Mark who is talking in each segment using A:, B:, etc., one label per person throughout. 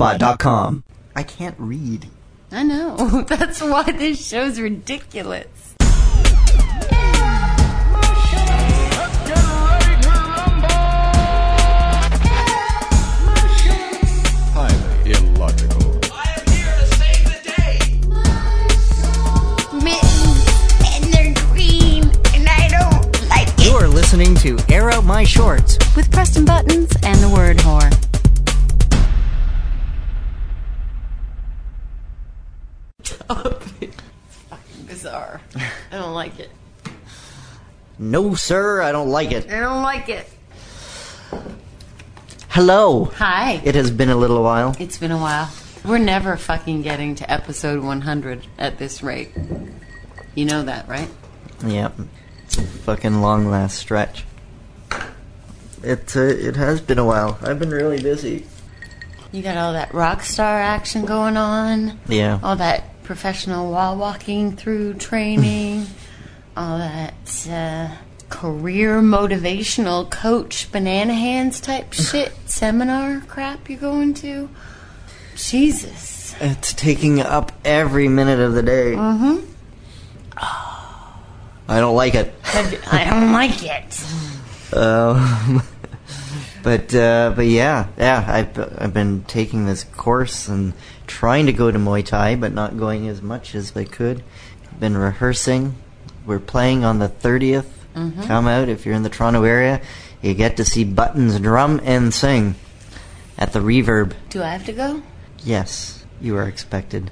A: theitspot.com.
B: I can't read.
C: I know. That's why this show's ridiculous.
D: Highly illogical.
E: mittens and they're green and I don't like it.
B: You're listening to Air Out My Shorts.
C: With Preston Buttons and the Word Whore. Bizarre. I don't like it.
B: No, sir, I don't like it.
C: I don't like it.
B: Hello.
C: Hi.
B: It has been a little while.
C: It's been a while. We're never fucking getting to episode 100 at this rate. You know that, right?
B: Yep. It's a fucking long last stretch. It, uh, it has been a while. I've been really busy.
C: You got all that rock star action going on,
B: Yeah.
C: all that professional wall walking through training, all that uh, career motivational coach banana hands type shit seminar crap you're going to. Jesus.
B: It's taking up every minute of the day. Mm-hmm. I don't like it.
C: I don't like it.
B: Um, but uh, but yeah, yeah. I've I've been taking this course and trying to go to Muay Thai, but not going as much as I could. Been rehearsing. We're playing on the 30th
C: Mm-hmm.
B: Come out if you're in the Toronto area. You get to see Buttons drum and sing at the Reverb.
C: Do I have to go?
B: Yes, you are expected.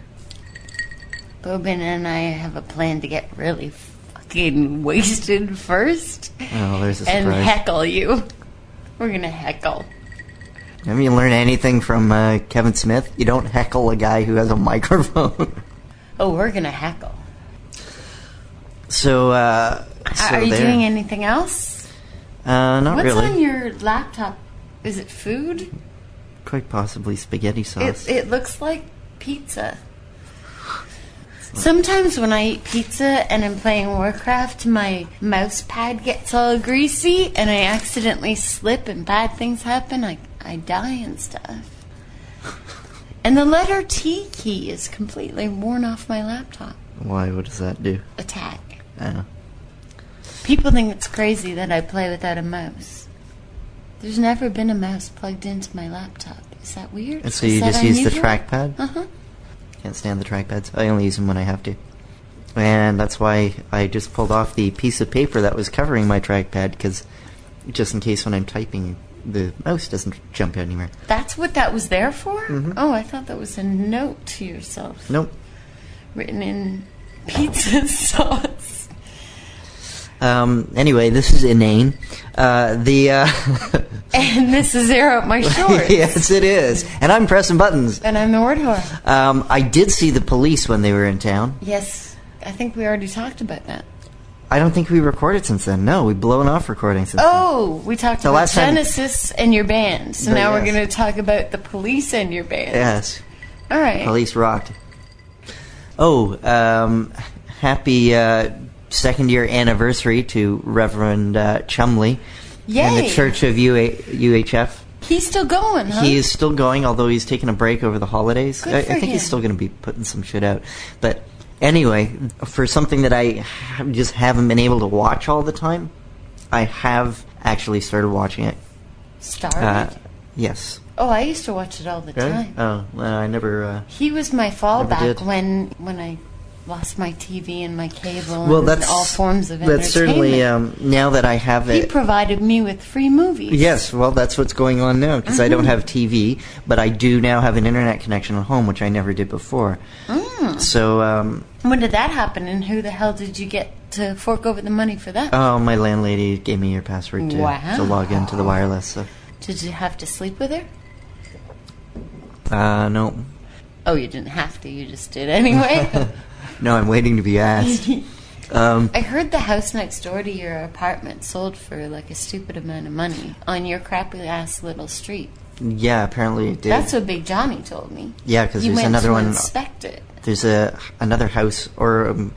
C: Bobin and I have a plan to get really fucking wasted first
B: Oh, there's a
C: and
B: surprise.
C: heckle you. We're gonna heckle.
B: Have you learned anything from uh, Kevin Smith? You don't heckle a guy who has a microphone.
C: Oh, we're gonna heckle.
B: so, uh,
C: Are-
B: so
C: Are you
B: there.
C: doing anything else?
B: Uh, not
C: What's
B: really.
C: on your laptop? Is it food?
B: Quite possibly spaghetti sauce.
C: It, it looks like pizza. Sometimes when I eat pizza and I'm playing Warcraft, my mouse pad gets all greasy and I accidentally slip and bad things happen. I, I die and stuff. And the letter T key is completely worn off my laptop.
B: Why? What does that do?
C: Attack.
B: Uh,
C: People think it's crazy that I play without a mouse. There's never been a mouse plugged into my laptop. Is that weird?
B: and so you
C: Is that
B: just use the
C: unusual?
B: trackpad?
C: Uh-huh.
B: Can't stand the trackpads. I only use them when I have to. And that's why I just pulled off the piece of paper that was covering my trackpad, because just in case when I'm typing, the mouse doesn't jump anywhere.
C: That's what that was there for? Oh, I thought that was a note to yourself
B: Mm-hmm. Nope.
C: written in pizza sauce.
B: Um, anyway, this is inane. Uh, the uh,
C: And this is air up my shorts.
B: yes, it is, and I'm pressing buttons.
C: And I'm the word whore.
B: Um, I did see the police when they were in town.
C: Yes, I think we already talked about that.
B: I don't think we recorded since then. No, we've blown off recording since.
C: Oh, we talked
B: The
C: about
B: last time-
C: Genesis and your band. So
B: But
C: now we're
B: yes.
C: going to talk about the police and your band.
B: then. yes,
C: All right.
B: police rocked. Oh, um, happy uh, second year anniversary to Reverend uh, Chumley and
C: Yay.
B: the Church of UA- UHF.
C: He's still going, huh?
B: He is still going, although he's taking a break over the holidays.
C: Good
B: I, I
C: for
B: think
C: him.
B: he's still going to be putting some shit out. But anyway, for something that I ha- just haven't been able to watch all the time, I have actually started watching it.
C: Starved.
B: Uh, yes.
C: oh, I used to watch it all the time.
B: Oh, well, I never. Uh,
C: He was my fallback
B: did.
C: when when I lost my TV and my cable
B: well,
C: and
B: that's
C: all forms of entertainment.
B: That's certainly um, now that I have
C: he
B: it.
C: provided me with free movies.
B: Yes, well, that's what's going on now because I
C: Uh-huh.
B: don't have TV, but I do now have an internet connection at home, which I never did before. So, um,
C: Mm. When did that happen? And who the hell did you get to fork over the money for that?
B: oh, my landlady gave me your password to, to log into the wireless. So,
C: did you have to sleep with her?
B: uh, no,
C: Oh, you didn't have to. You just did anyway.
B: no, I'm waiting to be asked. um,
C: I heard the house next door to your apartment sold for like a stupid amount of money on your crappy ass little street.
B: yeah, apparently it did.
C: That's what Big Johnny told me.
B: yeah, because
C: you
B: there's
C: went
B: another
C: to
B: one.
C: inspect it.
B: there's a another house, or um,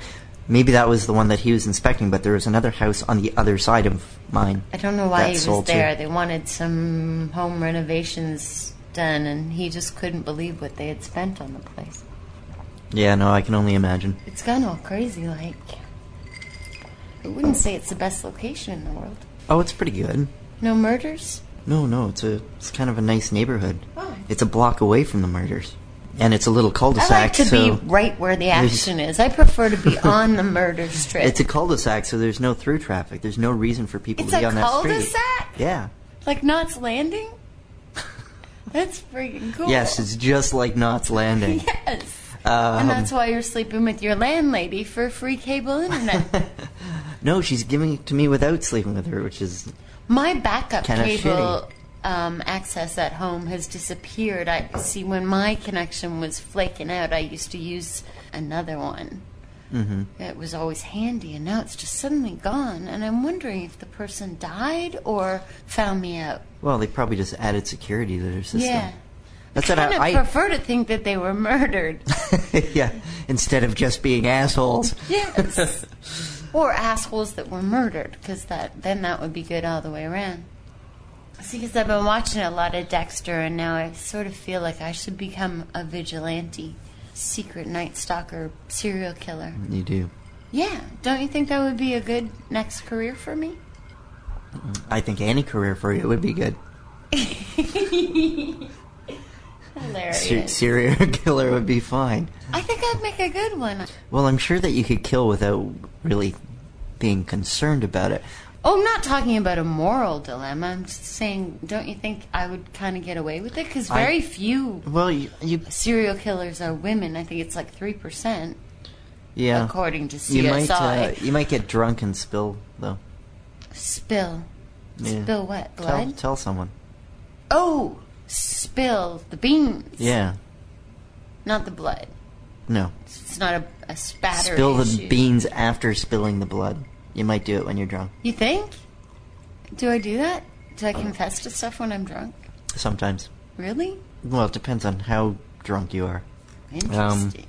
B: maybe that was the one that he was inspecting, but there was another house on the other side of mine.
C: I don't know why
B: that
C: he was
B: sold to-
C: there. They wanted some home renovations done, and he just couldn't believe what they had spent on the place.
B: Yeah, no, I can only imagine.
C: It's gone all crazy like. I wouldn't say it's the best location in the world.
B: Oh, it's pretty good.
C: No murders?
B: No, no, it's a it's kind of a nice neighborhood.
C: Oh.
B: It's a block away from the murders, and it's a little
C: I
B: cul-de-sac.
C: like to
B: so
C: be right where the action is. I prefer to be on the murder strip.
B: It's a cul-de-sac, so there's no through traffic. There's no reason for people
C: It's
B: to be
C: a
B: on that street.
C: cul-de-sac?
B: Yeah.
C: like Knott's Landing? That's freaking cool.
B: Yes, it's just like Knott's Landing.
C: Yes.
B: Um,
C: and that's why you're sleeping with your landlady for free cable internet.
B: no, she's giving it to me without sleeping with her, which is
C: My backup
B: Kinda
C: cable um, access at home has disappeared. I see when my connection was flaking out, I used to use another one. Mm-hmm. It was always handy, and now it's just suddenly gone. And I'm wondering if the person died or found me out.
B: well, they probably just added security to their system.
C: Yeah.
B: That's what
C: Kind of
B: I, I
C: prefer to think that they were murdered.
B: yeah. Instead of just being assholes.
C: Yes. or assholes that were murdered, because that then that would be good all the way around. See, because I've been watching a lot of Dexter, and now I sort of feel like I should become a vigilante, secret night stalker, serial killer.
B: You do.
C: Yeah, don't you think that would be a good next career for me?
B: I think any career for you would be good. Se-
C: Hilarious.
B: serial killer would be fine.
C: I think I'd make a good one.
B: Well, I'm sure that you could kill without really being concerned about it.
C: Oh, I'm not talking about a moral dilemma. I'm just saying, don't you think I would kind of get away with it? Because
B: I-
C: very few
B: Well, you, you
C: serial killers are women. I think it's like three percent,
B: yeah.
C: according to CSI.
B: you might uh, you might get drunk and spill though.
C: spill,
B: Yeah.
C: spill what blood?
B: Tell tell someone.
C: oh, spill the beans.
B: Yeah.
C: not the blood.
B: No.
C: It's not a, a spatter.
B: Spill the
C: issue.
B: beans after spilling the blood. You might do it when you're drunk
C: You think? Do I do that? Do I confess to stuff when I'm drunk?
B: sometimes.
C: Really?
B: Well, it depends on how drunk you are.
C: Interesting.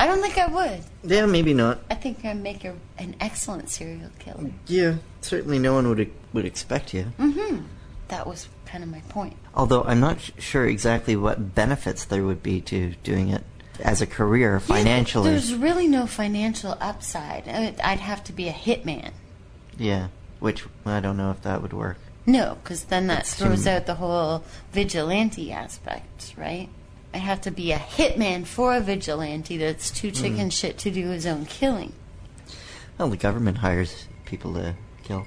C: I don't think I would.
B: Yeah, maybe not.
C: I think I make a, an excellent serial killer.
B: Yeah, certainly no one would would expect you.
C: Mm-hmm. That was kind of my point.
B: Although I'm not sh- sure exactly what benefits there would be to doing it as a career
C: Yeah,
B: financially.
C: There's really no financial upside. I- I'd have to be a hitman.
B: Yeah, which I don't know if that would work.
C: No, because then that
B: That's too-
C: throws out the whole vigilante aspect, right? I have to be a hitman for a vigilante that's too
B: Mm.
C: chicken shit to do his own killing.
B: Well, the government hires people to kill.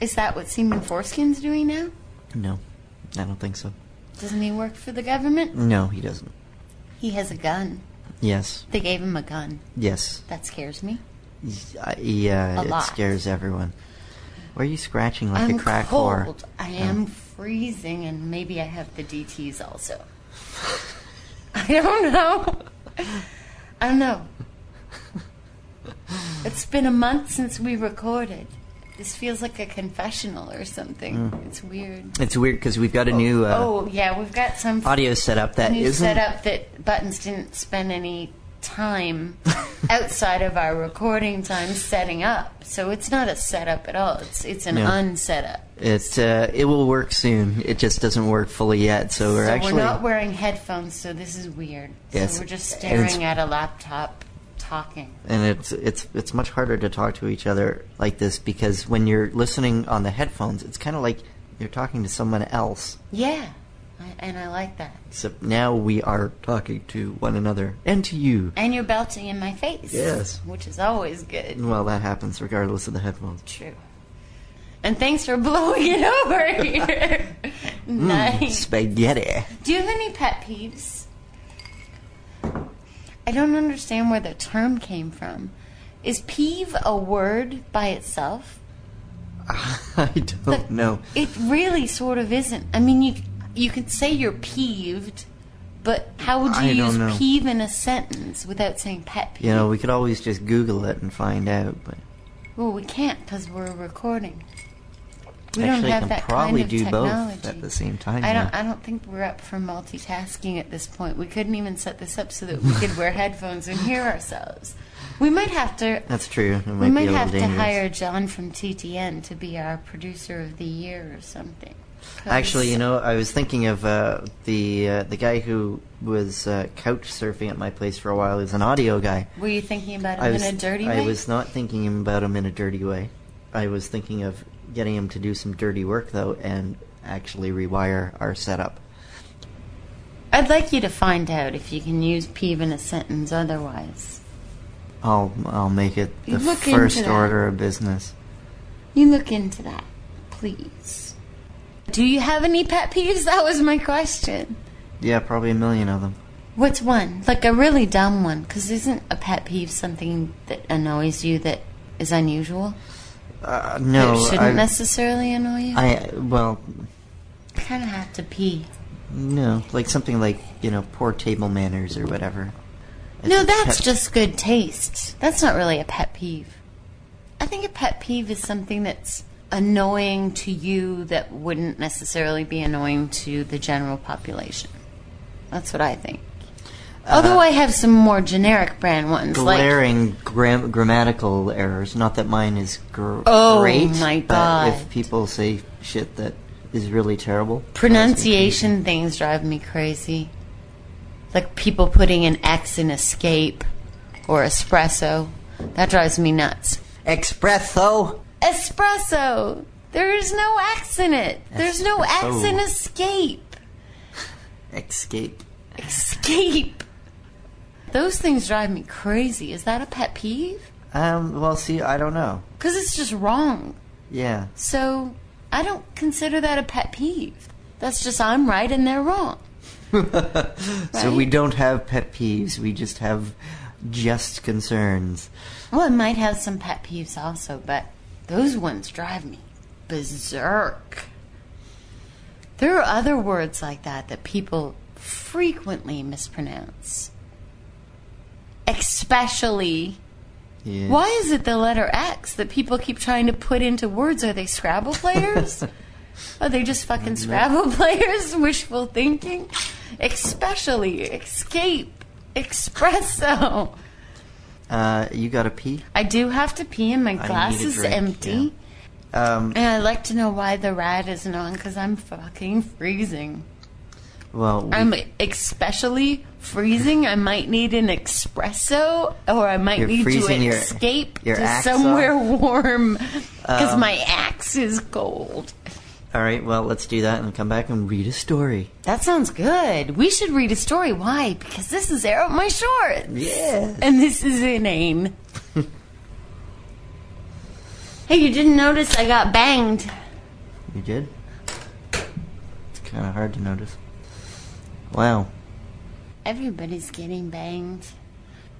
C: Is that what Seaman Foreskin's doing now?
B: No, I don't think so.
C: Doesn't he work for the government?
B: No, he doesn't.
C: He has a gun.
B: Yes,
C: They gave him a gun.
B: yes.
C: That scares me.
B: I, yeah,
C: A
B: uh, it
C: lot.
B: scares everyone. Why are you scratching like
C: I'm
B: a crack whore?
C: cold. I am freezing, and maybe I have the DTs also. I don't know.
B: Oh.
C: I don't know. It's been a month since we recorded. This feels like a confessional or something. It's weird.
B: It's weird because we've got a Hmm. new uh,
C: oh yeah, we've got some
B: audio setup that
C: new
B: isn't.
C: setup that Buttons didn't spend any time outside of our recording time setting up. So it's not a setup at all. It's it's an
B: No.
C: unsetup.
B: It uh, it will work soon. It just doesn't work fully yet. So we're
C: so
B: actually
C: we're not wearing headphones, so this is weird.
B: Yes,
C: So we're just
B: and it's-
C: staring at a laptop, talking.
B: and it's it's it's much harder to talk to each other like this because when you're listening on the headphones, it's kind of like you're talking to someone else.
C: Yeah, I, and I like that.
B: So now we are talking to one another and to you.
C: And you're belting in my face.
B: Yes.
C: which is always good.
B: Well, that happens regardless of the headphones.
C: True. And thanks for blowing it over here.
B: Hmm.
C: nice.
B: Mm, Spaghetti.
C: Do you have any pet peeves? I don't understand where the term came from. Is peeve a word by itself?
B: I don't know.
C: It really sort of isn't. I mean, you you could say you're peeved, but how would you
B: I don't
C: use
B: know.
C: peeve in a sentence without saying pet peeve?
B: You know, we could always just Google it and find out. But
C: Well, we can't because we're recording. We
B: actually,
C: don't have
B: can
C: that
B: probably
C: kind of
B: do
C: technology.
B: both at the same time.
C: I
B: now.
C: don't. I don't think we're up for multitasking at this point. We couldn't even set this up so that we could wear headphones and hear ourselves. We might have to.
B: That's true. It might
C: we
B: be
C: might
B: a little
C: have to
B: dangerous.
C: hire John from TTN to be our producer of the year or something.
B: Actually, you know, I was thinking of uh, the uh, the guy who was uh, couch surfing at my place for a while. He's an audio guy.
C: Were you thinking about
B: I
C: him
B: was,
C: in a dirty
B: I
C: way?
B: was not thinking about him in a dirty way. I was thinking of getting him to do some dirty work though, and actually rewire our setup.
C: I'd like you to find out if you can use peeve in a sentence otherwise.
B: I'll I'll make it the
C: Look into
B: first
C: that.
B: order of business.
C: You look into that, please. Do you have any pet peeves? That was my question.
B: Yeah, probably a million of them.
C: What's one? Like a really dumb one, because isn't a pet peeve something that annoys you that is unusual?
B: Uh, no,
C: that shouldn't
B: I,
C: necessarily annoy you?
B: I well,
C: kind of have to pee.
B: no, like something like you know poor table manners or whatever. It's
C: No,
B: a
C: that's
B: pet-
C: just good taste. That's not really a pet peeve. I think a pet peeve is something that's annoying to you that wouldn't necessarily be annoying to the general population. That's what I think.
B: Uh,
C: Although I have some more generic brand ones, like
B: glaring gram- grammatical errors. Not that mine is gr-
C: Oh,
B: great.
C: my
B: but
C: God.
B: if people say shit that is really terrible,
C: pronunciation things drive me crazy. Like people putting an X in escape or espresso. That drives me nuts.
B: Expresso.
C: espresso. There is no X in it. There's no X in
B: Espresso.
C: escape.
B: Escape.
C: Escape. Those things drive me crazy. Is that a pet peeve?
B: Um. Well, see, I don't know.
C: Because it's just wrong.
B: Yeah.
C: So I don't consider that a pet peeve. That's just I'm right and they're wrong.
B: So we
C: Right?
B: don't have pet peeves. We just have just concerns.
C: Well, I might have some pet peeves also, but those ones drive me berserk. There are other words like that that people frequently mispronounce. Especially.
B: Yeah.
C: Why is it the letter X that people keep trying to put into words? Are they Scrabble players? Are they just
B: Mm-hmm.
C: fucking Scrabble players? Wishful thinking? Especially. Escape. Espresso.
B: Uh, you got to pee.
C: I do have to pee, and my
B: need a
C: glass is
B: drink,
C: empty.
B: Um.
C: And I'd like to know why the rad isn't on because I'm fucking freezing.
B: Well, we-
C: I'm especially freezing. I might need an espresso, or I might
B: You're
C: need to
B: freezing your-
C: escape
B: your
C: to
B: axe
C: somewhere warm because
B: Um,
C: my axe is cold.
B: all right. Well, let's do that and come back and read a story.
C: That sounds good. We should read a story. Why? Because this is air up my shorts.
B: Yeah.
C: And this is inane. hey, you didn't notice I got banged.
B: You did? It's kind of hard to notice. Wow.
C: Everybody's getting banged.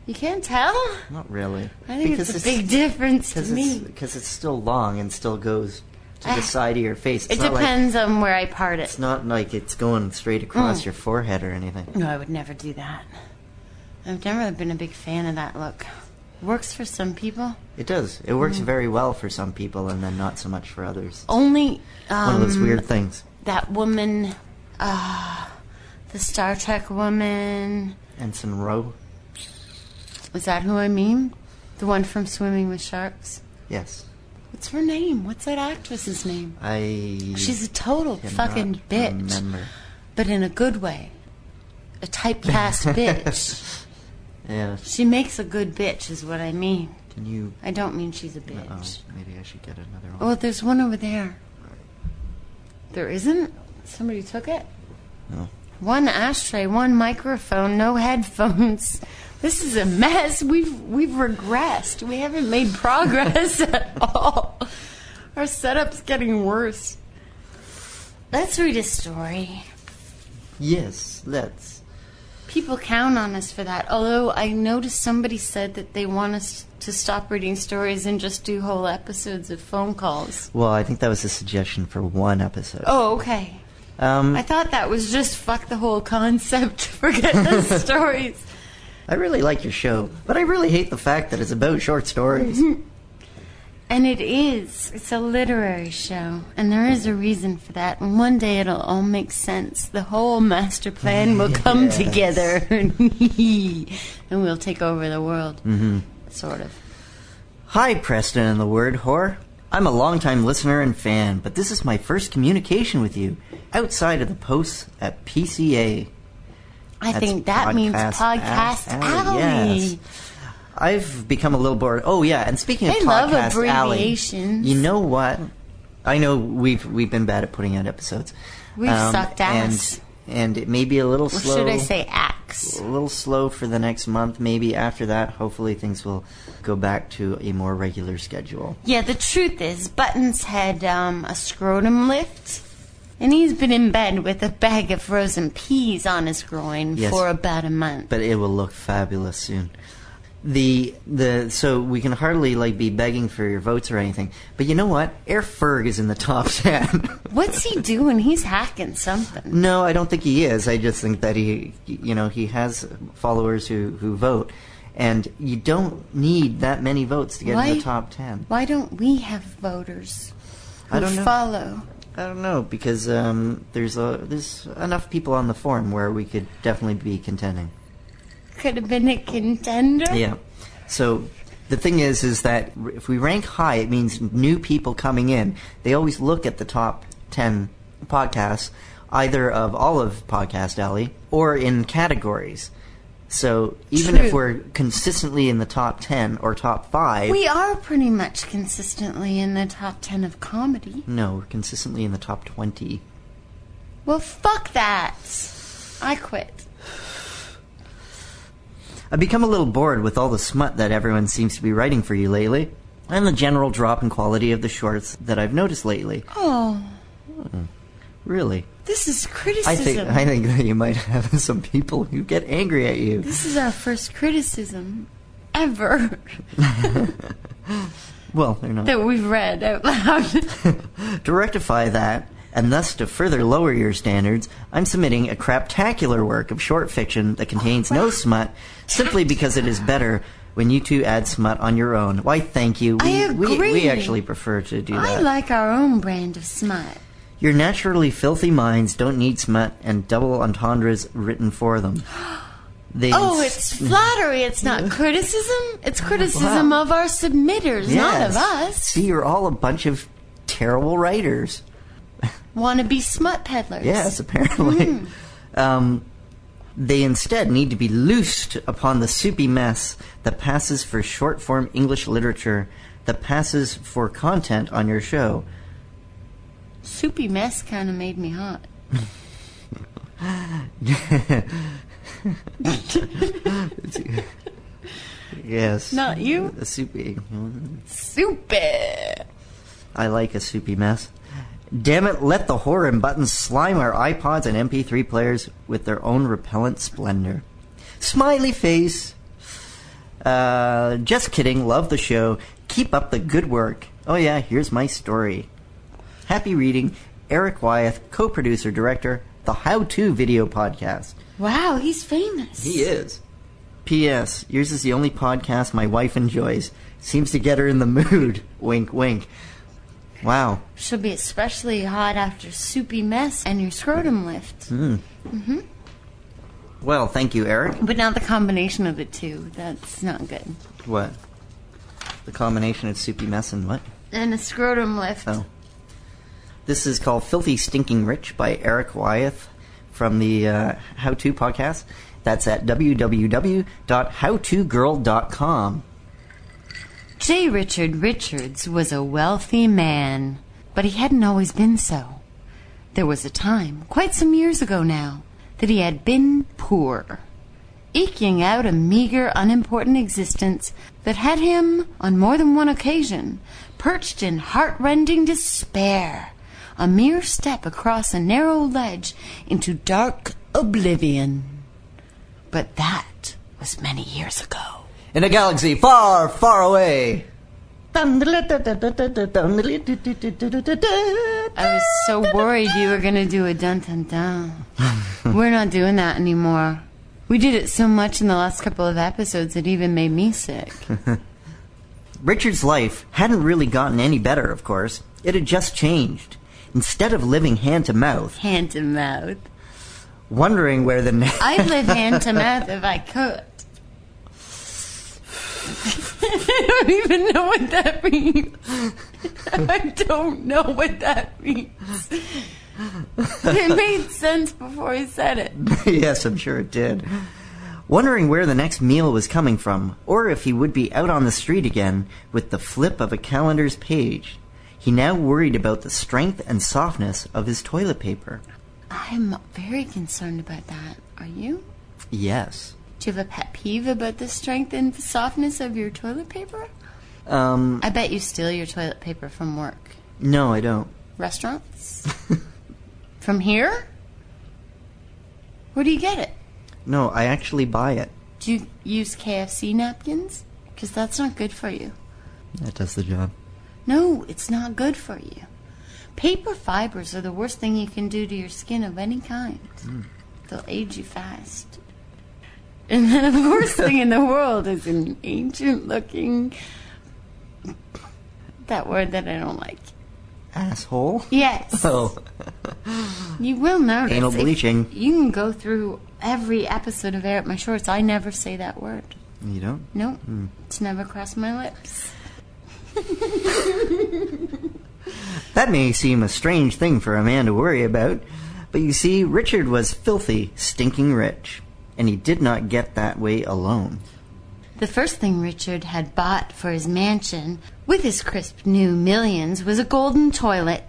C: You can't tell?
B: Not really.
C: I think it's a big difference to
B: because
C: me.
B: it's, because it's still long and still goes to
C: Ah.
B: the side of your face. It's
C: It
B: not Like,
C: depends Mm. on where I part it.
B: it's not like it's going straight across your forehead or anything.
C: No, I would never do that. I've never been a big fan of that look. Works for some people.
B: It does. It
C: Mm.
B: works very well for some people and then not so much for others.
C: Only
B: One
C: um,
B: of those weird things.
C: that woman, uh, the Star Trek woman.
B: Ensign Rowe?
C: Is that who I mean? The one from Swimming with Sharks.
B: Yes.
C: What's her name? What's that actress's name?
B: I.
C: She's a total
B: cannot
C: fucking bitch.
B: Remember.
C: but in a good way. A typecast bitch.
B: Yeah.
C: She makes a good bitch, is what I mean.
B: Can you.
C: I don't mean she's a bitch.
B: Oh, maybe I should get another one.
C: Oh, there's one over there. There isn't? Somebody took it?
B: No.
C: One ashtray, one microphone, no headphones. This is a mess. We've we've regressed. We haven't made progress at all. Our setup's getting worse. Let's read a story.
B: Yes, let's.
C: People count on us for that. Although I noticed somebody said that they want us to stop reading stories and just do whole episodes of phone calls.
B: Well, I think that was a suggestion for one episode.
C: Oh, okay.
B: Um,
C: I
B: I,
C: thought that was just fuck the whole concept. Forget the stories.
B: really like your show, but I really hate the fact that it's about short stories.
C: Mm-hmm. And it is. It's a literary show. And there is a reason for that. And one day it'll all make sense. The whole master plan will come
B: Mm-hmm. Yes.
C: together. and we'll
B: Mm-hmm.
C: take over the world. Sort of.
B: Hi, Preston and the Word Whore. I'm a longtime listener and fan, but this is my first communication with you outside of the posts at PCA.
C: I
B: That's
C: think that means podcast
B: Alley,
C: alley.
B: yes. I've become a little bored. Oh yeah, and speaking
C: They
B: of
C: love
B: podcast
C: abbreviations.
B: alley, you know what? I know we've we've been bad at putting out episodes. Um,
C: We've sucked ass.
B: and and it may be a little
C: Or
B: slow.
C: should I say axe?
B: A little slow for the next month. Maybe after that, hopefully things will go back to a more regular schedule.
C: Yeah, the truth is, Buttons had um, a scrotum lift, and he's been in bed with a bag of frozen peas on his groin
B: Yes.
C: for about a month.
B: but it will look fabulous soon. The the so we can hardly like be begging for your votes or anything. But you know what? Air Ferg is in the top ten.
C: What's he doing? He's hacking something.
B: no, I don't think he is. I just think that he you know he has followers who who vote, and you don't need that many votes to get in
C: Why-
B: the top ten.
C: Why don't we have voters who
B: I don't know.
C: follow?
B: I don't know because um, there's a there's enough people on the forum where we could definitely be contending.
C: Could have been a contender.
B: Yeah. So the thing is, is that r- if we rank high, it means new people coming in. They always look at the top ten podcasts, either of all of Podcast Alley or in categories. So even if
C: True.
B: we're consistently in the top ten or top five,
C: We are pretty much consistently in the top 10 of comedy.
B: no, we're consistently in the top twenty.
C: Well, fuck that. I quit.
B: I've become a little bored with all the smut that everyone seems to be writing for you lately, and the general drop in quality of the shorts that I've noticed lately.
C: Oh,
B: Really.
C: this is
B: I
C: criticism.
B: think I think that you might have some people who get angry at you.
C: This is our first criticism ever
B: Well, they're not.
C: that we've read out loud.
B: To rectify that, and thus to further lower your standards, I'm submitting a craptacular work of short fiction that contains no smut, simply because it is better when you two add smut on your own. Why? Thank you. We,
C: I
B: We, we
C: agree.
B: actually prefer to do
C: I
B: that.
C: like our own brand of smut.
B: your naturally filthy minds don't need smut and double entendres written for them. They
C: Oh, it's flattery. It's not criticism. It's criticism
B: Wow.
C: of our submitters, not of
B: Yes.
C: us.
B: See, you're all a bunch of terrible writers.
C: Want to be smut peddlers.
B: Yes, apparently. Um, they instead need to be loosed upon the soupy mess that passes for short form English literature, that passes for content on your show.
C: Soupy mess kind of made me hot.
B: Yes.
C: Not you.
B: A soupy.
C: Soupy.
B: I like a soupy mess. Damn it, let the horror and buttons slime our iPods and MP3 players with their own repellent splendor. Smiley face. Uh, just kidding, love the show. Keep up the good work. Oh, yeah, here's my story. Happy reading, Eric Wyeth, co producer, director, the How To Video Podcast.
C: Wow, he's famous.
B: is. P.S. Yours is the only podcast my wife enjoys. Seems to get her in the mood. wink, wink. Wow.
C: She'll be especially hot after soupy mess and your scrotum lift.
B: Hmm. Mm. Well, thank you, Eric.
C: But not the combination of the two. That's not good.
B: What? The combination of soupy mess and what?
C: And a scrotum lift.
B: Oh. This is called Filthy Stinking Rich by Eric Wyeth from the uh, How To podcast. That's at www.howtogirl.com.
C: J. Richard Richards was a wealthy man, but he hadn't always been so. There was a time, quite some years ago now, that he had been poor, eking out a meager, unimportant existence that had him, on more than one occasion, perched in heartrending despair, a mere step across a narrow ledge into dark oblivion. But that was many years ago.
B: In a galaxy far, far away.
C: I was so worried you were gonna do a dun dun dun. we're not doing that anymore. We did it so much in the last couple of episodes it even made me sick.
B: Richard's life hadn't really gotten any better, of course. It had just changed. Instead of living hand to mouth,
C: Hand to mouth.
B: wondering where the next.
C: I'd live hand to mouth if I could. I don't even know what that means. I don't know what that means. It made sense before I said it.
B: yes, I'm sure it did. Wondering where the next meal was coming from, or if he would be out on the street again with the flip of a calendar's page, he now worried about the strength and softness of his toilet paper.
C: I'm very concerned about that. Are you?
B: Yes.
C: Do you have a pet peeve about the strength and the softness of your toilet paper?
B: Um,
C: I bet you steal your toilet paper from work.
B: no, I don't.
C: Restaurants? from here? Where do you get it?
B: No, I actually buy it.
C: Do you use KFC napkins? Because that's not good for you.
B: That does the job.
C: No, it's not good for you. Paper fibers are the worst thing you can do to your skin of any kind.
B: Hmm.
C: They'll age you fast. And then the worst thing in the world is an ancient looking. That word that I don't like.
B: Asshole?
C: Yes.
B: Oh,
C: You will notice.
B: Anal
C: if-
B: bleaching.
C: You can go through every episode of Air Up My Shorts. I never say that word.
B: you don't?
C: No,
B: Hmm.
C: it's never crossed my lips.
B: That may seem a strange thing for a man to worry about, but you see, Richard was filthy, stinking rich, and he did not get that way alone.
C: The first thing Richard had bought for his mansion, with his crisp new millions, was a golden toilet.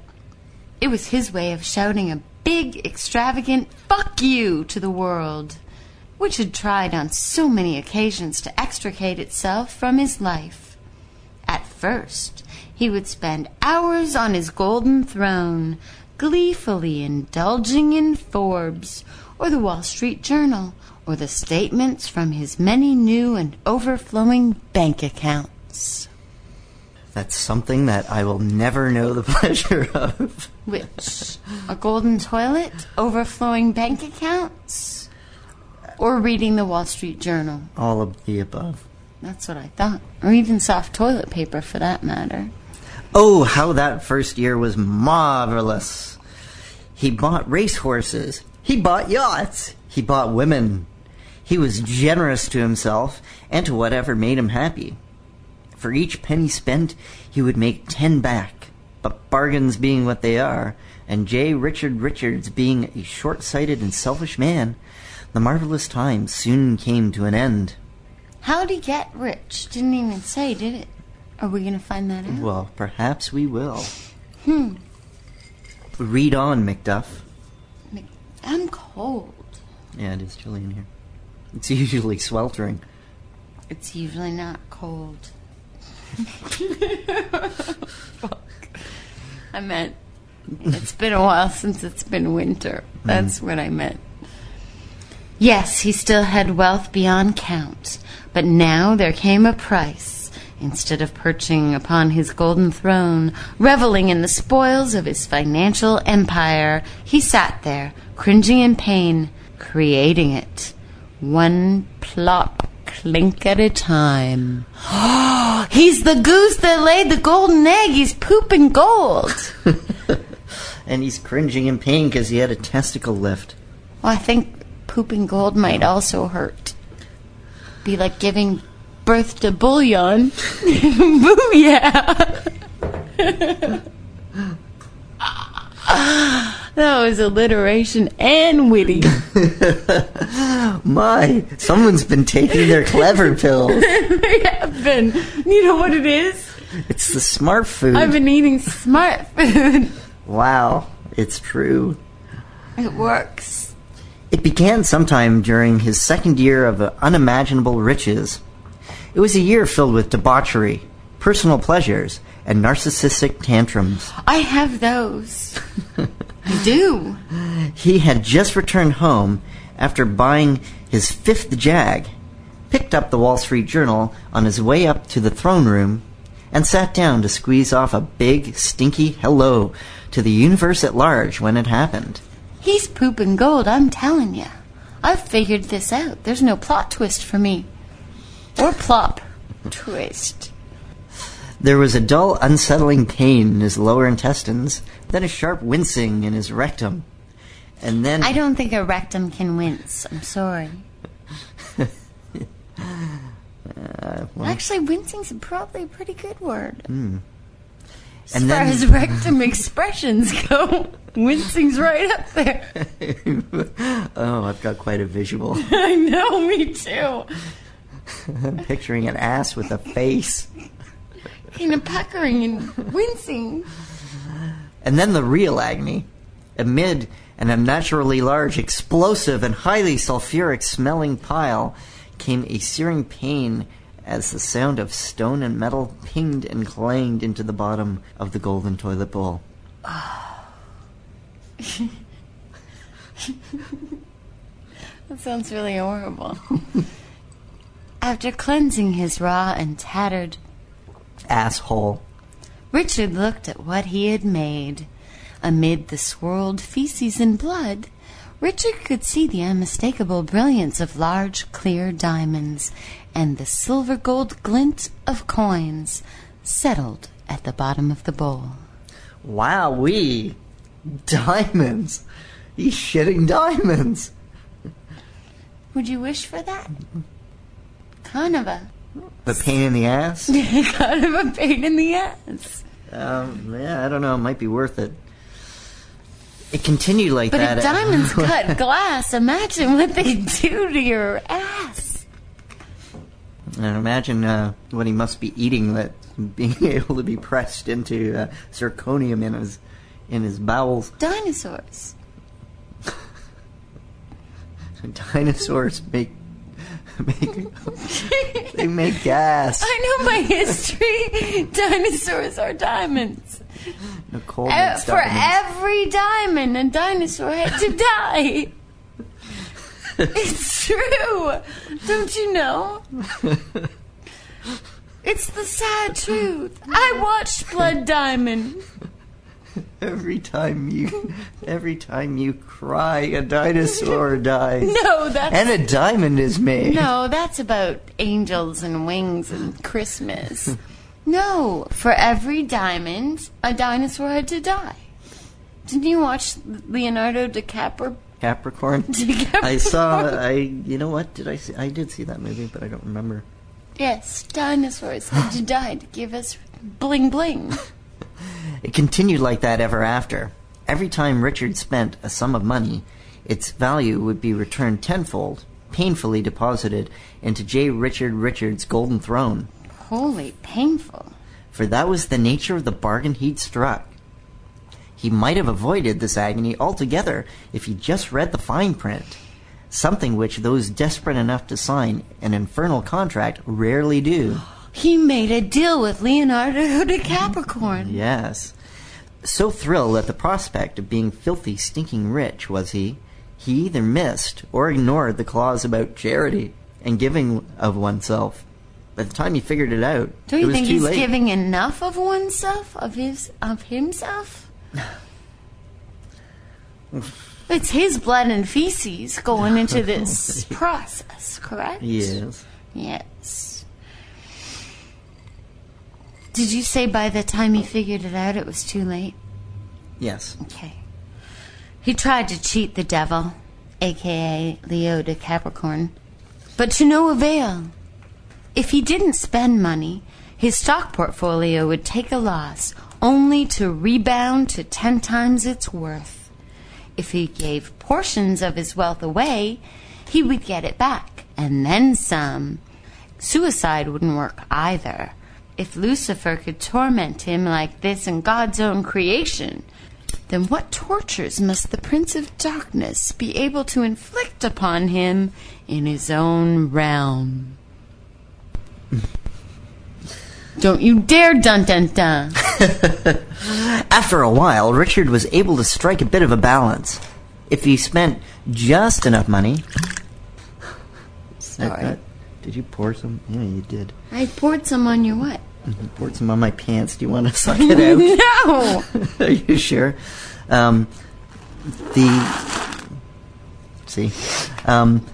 C: It was his way of shouting a big, extravagant fuck you to the world, which had tried on so many occasions to extricate itself from his life. At first, he would spend hours on his golden throne, gleefully indulging in Forbes, or the Wall Street Journal, or the statements from his many new and overflowing bank accounts.
B: That's something that I will never know the pleasure of.
C: Which? A golden toilet? Overflowing bank accounts? Or reading the Wall Street Journal?
B: All of the above.
C: That's what I thought. Or even soft toilet paper, for that matter.
B: Oh, how that first year was marvelous. He bought racehorses. He bought yachts. He bought women. He was generous to himself and to whatever made him happy. For each penny spent, he would make ten back. But bargains being what they are, and J. Richard Richards being a short sighted and selfish man, the marvelous time soon came to an end.
C: How'd he get rich? Didn't even say, did it? Are we gonna find that out?
B: Well, perhaps we will. Hmm. Read on, MacDuff.
C: Mc- I'm cold.
B: Yeah, it is chilly in here. It's usually sweltering.
C: It's usually not cold. Fuck. I meant it's been a while since it's been winter. That's what I meant. Yes, he still had wealth beyond count, but now there came a price. Instead of perching upon his golden throne, reveling in the spoils of his financial empire, he sat there, cringing in pain, creating it, one plop clink at a time. He's the goose that laid the golden egg. He's pooping gold.
B: And he's cringing in pain because he had a testicle lift.
C: Well, I think pooping gold might also hurt. Be like giving birth to bullion. Booyah! that was alliteration and witty.
B: My, someone's been taking their clever pills.
C: Ben, you know what it is?
B: It's the smart food.
C: I've been eating smart food.
B: wow, it's true.
C: It works.
B: It began sometime during his second year of unimaginable riches. It was a year filled with debauchery, personal pleasures, and narcissistic tantrums.
C: I have those. I do.
B: He had just returned home after buying his fifth Jag, picked up the Wall Street Journal on his way up to the throne room, and sat down to squeeze off a big, stinky hello to the universe at large when it happened.
C: He's pooping gold, I'm telling you. I've figured this out. There's no plot twist for me. Or plop twist.
B: There was a dull, unsettling pain in his lower intestines, then a sharp wincing in his rectum. And then
C: I don't think a
B: Uh,
C: rectum can wince. I'm sorry. Actually, wincing's probably a pretty good word. As
B: Hmm. And
C: far
B: then-
C: as rectum expressions go, wincing's right up there.
B: oh, I've got quite a visual.
C: I know, me too.
B: I'm picturing an ass with a face.
C: Kind of puckering and wincing.
B: And then the real agony. Amid an unnaturally large, explosive, and highly sulfuric smelling pile came a searing pain as the sound of stone and metal pinged and clanged into the bottom of the golden toilet bowl.
C: That sounds really horrible. After cleansing his raw and tattered
B: Asshole.
C: Richard looked at what he had made. Amid the swirled feces and blood, Richard could see the unmistakable brilliance of large, clear diamonds and the silver gold glint of coins settled at the bottom of the bowl.
B: Wow, we diamonds. He's shitting diamonds.
C: Would you wish for that? Kind of a
B: The pain in the ass.
C: kind of a pain in the ass.
B: Um, yeah, I don't know. It might be worth it. It continued like
C: But
B: that.
C: if diamonds cut glass, imagine what they do to your ass.
B: And imagine uh, what he must be eating that being able to be pressed into uh, zirconium in his in his bowels.
C: Dinosaurs.
B: Dinosaurs make make they make gas.
C: I know my history. Dinosaurs are diamonds.
B: Nicole
C: Uh,
B: makes
C: for
B: diamonds.
C: every diamond, a dinosaur had to die. it's true. Don't you know? It's the sad truth. I watched Blood Diamond.
B: every time you every time you cry, a dinosaur dies,
C: No, that's
B: and a diamond is made.
C: No, that's about angels and wings and Christmas. no, for every diamond, a dinosaur had to die. Didn't you watch Leonardo DiCaprio?
B: Capricorn.
C: DiCaprio?
B: I saw. I you know what did I see? I did see that movie, but I don't remember.
C: Yes, dinosaurs had to die to give us bling bling.
B: It continued like that ever after. Every time Richard spent a sum of money, its value would be returned tenfold, painfully deposited into J. Richard Richards' golden throne,
C: Holy painful.
B: for that was the nature of the bargain he'd struck. He might have avoided this agony altogether if he just read the fine print, something which those desperate enough to sign an infernal contract rarely do.
C: He made a deal with Leonardo DiCapricorn.
B: Yes. So thrilled at the prospect of being filthy, stinking rich was he, he either missed or ignored the clause about charity and giving of oneself. By the time he figured it out,
C: Don't
B: it
C: you
B: was
C: think
B: too
C: he's
B: late.
C: giving enough of oneself, of his, of himself? it's his blood and feces going into this process, correct?
B: Yes.
C: Yes. Did you say by the time he figured it out, it was too late?
B: Yes.
C: Okay. He tried to cheat the devil, aka Leo de Capricorn, but to no avail. If he didn't spend money, his stock portfolio would take a loss, only to rebound to ten times its worth. If he gave portions of his wealth away, he would get it back, and then some. Suicide wouldn't work either. If Lucifer could torment him like this in God's own creation, then what tortures must the Prince of Darkness be able to inflict upon him in his own realm? Don't you dare dun dun dun!
B: After a while, Richard was able to strike a bit of a balance. If he spent just enough money. uh,
C: Sorry.
B: Did you pour some? Yeah, you did.
C: I poured some on your what?
B: I poured some on my pants. Do you want to suck it out?
C: No!
B: Are you sure? Um, the see, um,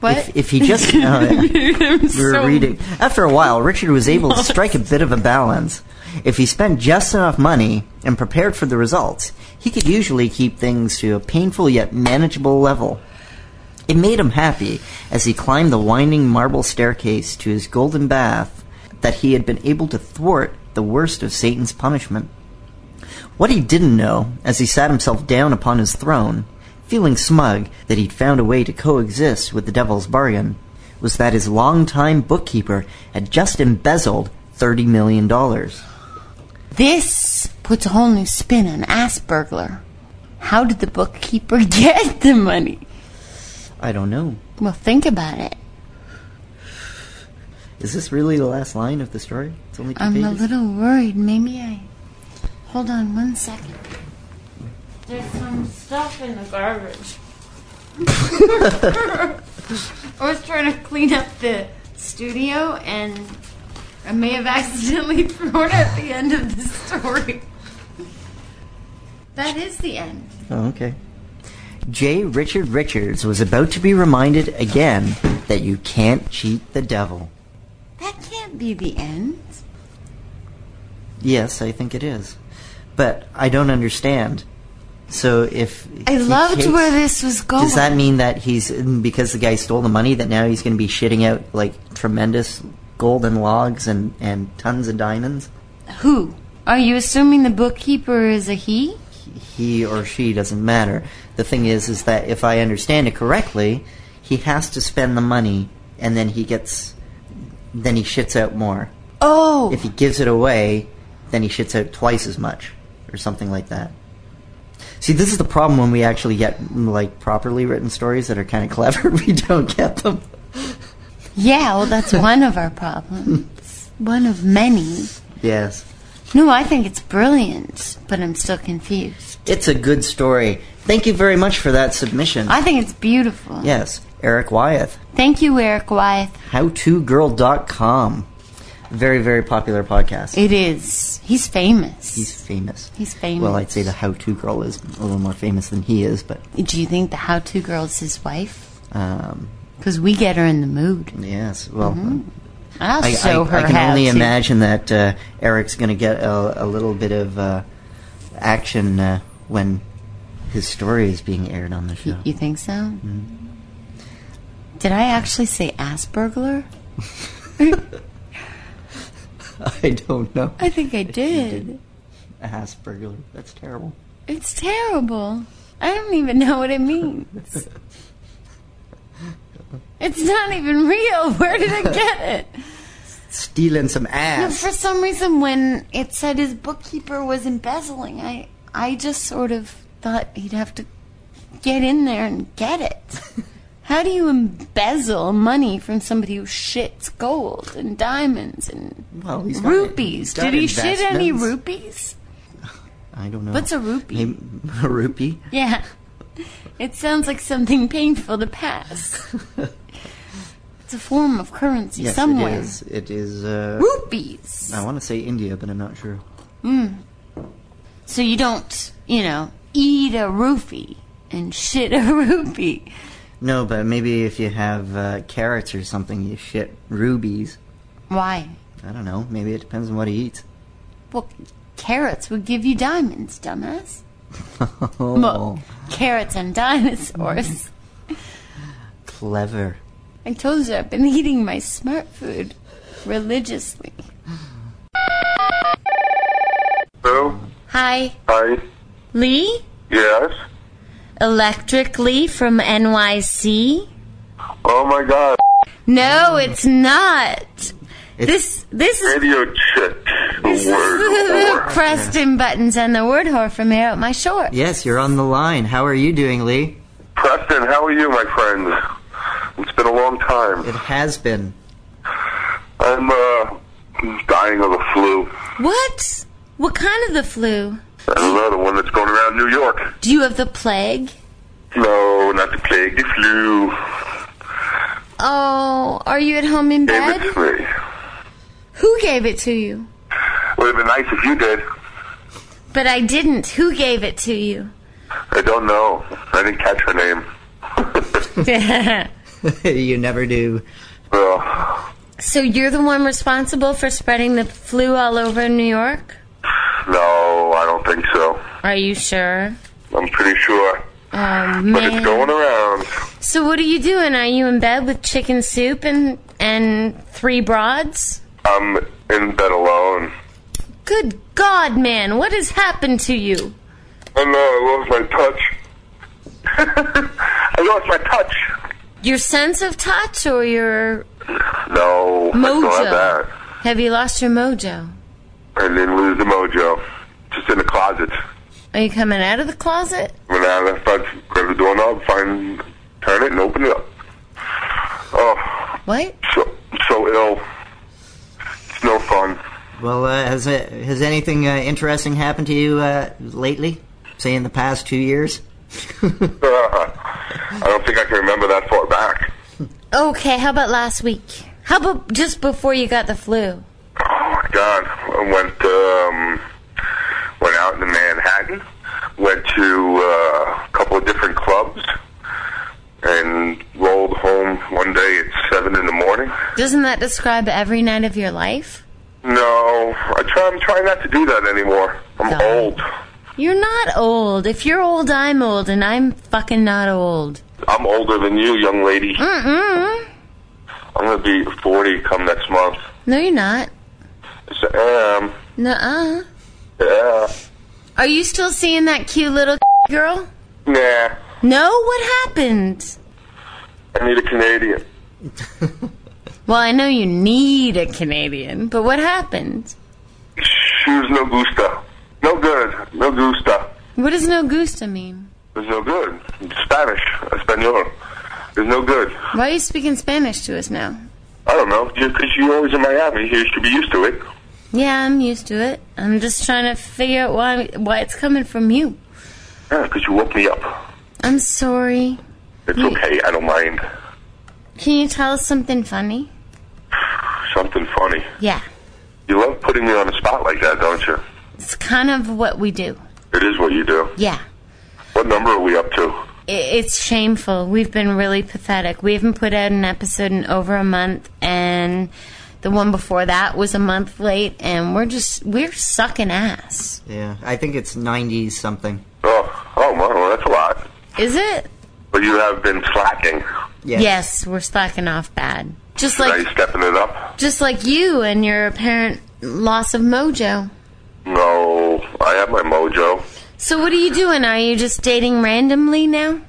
C: What?
B: if, if he just uh,
C: I'm
B: we were
C: so-
B: reading after a while, Richard was able to strike a bit of a balance. If he spent just enough money and prepared for the results, he could usually keep things to a painful yet manageable level. It made him happy as he climbed the winding marble staircase to his golden bath that he had been able to thwart the worst of Satan's punishment. What he didn't know, as he sat himself down upon his throne, feeling smug that he'd found a way to coexist with the devil's bargain, was that his longtime bookkeeper had just embezzled $30 million.
C: This puts a whole new spin on Asperger. How did the bookkeeper get the money?
B: I don't know.
C: Well, think about it.
B: Is this really the last line of the story? It's only 2
C: I'm
B: pages.
C: a little worried. Maybe I. Hold on one second. There's some stuff in the garbage. I was trying to clean up the studio and I may have accidentally thrown at the end of the story. That is the end.
B: Oh, okay. J. Richard Richards was about to be reminded again that you can't cheat the devil.
C: That can't be the end.
B: Yes, I think it is. But I don't understand. So if
C: I
B: he
C: loved
B: takes-
C: where this was going.
B: Does that mean that he's because the guy stole the money that now he's going to be shitting out like tremendous golden logs and and tons of diamonds?
C: Who? Are you assuming the bookkeeper is a he?
B: He or she doesn't matter. The thing is is that if I understand it correctly, he has to spend the money and then he gets then he shits out more.
C: Oh!
B: if he gives it away, then he shits out twice as much, or something like that. See, this is the problem when we actually get mm, like properly written stories that are kind of clever. We don't get them.
C: Yeah, well, that's one of our problems. One of many.
B: Yes,
C: No, I think it's brilliant, but I'm still confused.
B: it's a good story. Thank you very much for that submission.
C: I think it's beautiful.
B: yes, Eric Wyeth,
C: Thank you, Eric Wyeth.
B: howtogirl.com. Very, very popular podcast.
C: It is. He's famous.
B: He's famous.
C: He's famous.
B: Well, I'd say the How To Girl is a little more famous than he is, but
C: Do you think the How To Girl's his wife?
B: um,
C: Because we get her in the mood.
B: yes. Well,
C: Mm-hmm. I'll
B: I,
C: show
B: I,
C: her
B: I can
C: how
B: only
C: to.
B: imagine that uh, Eric's going to get a, a little bit of uh, action uh, when his story is being aired on the show.
C: You think so?
B: Mm-hmm.
C: Did I actually say Asperger?
B: I don't know.
C: I think I did.
B: Asperger. That's terrible.
C: It's terrible. I don't even know what it means. it's not even real. Where did I get it?
B: Stealing some
C: No,
B: ass.
C: for some reason, when it said his bookkeeper was embezzling, I I just sort of thought he'd have to get in there and get it. How do you embezzle money from somebody who shits gold and diamonds and
B: Well, he's got-
C: rupees?
B: he's got
C: Did he shit any
B: investments.
C: rupees?
B: I don't know.
C: What's a rupee?
B: Maybe- a rupee?
C: Yeah. It sounds like something painful to pass. it's a form of currency
B: Yes,
C: somewhere.
B: it is. It is. Uh,
C: Rupees.
B: I want to say India, but I'm not sure.
C: So you don't, you know, eat a roofie and shit a rupee.
B: No, but maybe if you have uh, carrots or something, you shit rubies.
C: Why?
B: I don't know. Maybe it depends on what he eats.
C: Well, carrots would give you diamonds, dumbass.
B: Oh,
C: Well, carrots and dinosaurs.
B: clever.
C: I told you I've been eating my smart food religiously.
A: Hello?
C: Hi,
A: Hi.
C: Lee?
A: Yes?
C: Electric Lee from NYC?
A: Oh my god.
C: No, it's not. This this is
A: Radio chick.
C: this is
A: Word.
C: Preston Buttons and the Word Whore from Air Out My Shore.
B: Yes, you're on the line. How are you doing, Lee?
A: Preston, how are you, my friend? It's been a long
B: It
A: time.
B: has been.
A: I'm, uh, dying of the flu.
C: What? What kind of the flu?
A: I don't know, the one that's going around New York.
C: Do you have the plague?
A: No, not the plague, the flu.
C: Oh, are you at home in
A: Gave it
C: bed?
A: to me.
C: Who gave it to you?
A: Would have been nice if you did.
C: But I didn't. Who gave it to you?
A: I don't know. I didn't catch her name.
B: you never do.
A: Well,
C: so you're the one responsible for spreading the flu all over New York?
A: no, I don't think so.
C: Are you sure?
A: I'm pretty sure.
C: Oh
A: But it's
C: man.
A: going around.
C: So what are you doing? Are you in bed with chicken soup and and three broads?
A: I'm in bed alone.
C: Good God, man, what has happened to you?
A: I know I lost uh, my touch. I lost my touch.
C: Your sense of touch or your
A: No, I don't
C: mojo?
A: have that.
C: Have you lost your mojo?
A: And then lose the mojo. Just in the closet.
C: Are you coming out of the closet?
A: When I left, I grab the doorknob, find, turn it, and open it up. Oh,
C: What?
A: so so ill. It's no fun.
B: Well, uh, has uh, has anything uh, interesting happened to you uh, lately? Say in the past two years.
A: Ah, I don't think I can remember that far back.
C: Okay, how about last week? How about just before you got the flu?
A: Oh my God! I went um, went out to Manhattan. Went to uh, a couple of different clubs and rolled home one day at seven in the morning.
C: Doesn't that describe every night of your life?
A: No, I try. I'm trying not to do that anymore. I'm
C: God.
A: old.
C: You're not old. If you're old, I'm old, and I'm fucking not old.
A: I'm older than you, young lady.
C: Mm-mm.
A: I'm gonna be 40 come next month.
C: No, you're not.
A: So, um,
C: Nuh-uh.
A: yeah,
C: Are you still seeing that cute little girl?
A: nah.
C: No, what happened?
A: I need a Canadian.
C: Well, I know you need a Canadian, but what happened?
A: Shoes no gusta. No good. No gusta.
C: What does no gusta mean?
A: It's no good. Spanish, Espanol. It's no good.
C: Why are you speaking Spanish to us now?
A: I don't know. Just 'cause you're always in Miami, you should be used to it.
C: Yeah, I'm used to it. I'm just trying to figure out why why it's coming from you.
A: Yeah, 'cause you woke me up.
C: I'm sorry.
A: It's
C: Yeah.
A: okay. I don't mind.
C: Can you tell us something funny?
A: Something funny.
C: Yeah.
A: You love putting me on the spot like that, don't you?
C: It's kind of what we do.
A: It is what you do.
C: Yeah.
A: What number are we up to?
C: I- It's shameful. We've been really pathetic. We haven't put out an episode in over a month, and the one before that was a month late, and we're just, we're sucking ass.
B: Yeah, I think it's '90s something.
A: Oh, oh, well, that's a lot.
C: Is it?
A: But you have been slacking.
B: Yes.
C: Yes, we're slacking off bad. Just
A: Are
C: like,
A: you stepping it up?
C: just like you and your apparent loss of mojo.
A: No, I have my mojo.
C: So what are you doing? Are you just dating randomly now?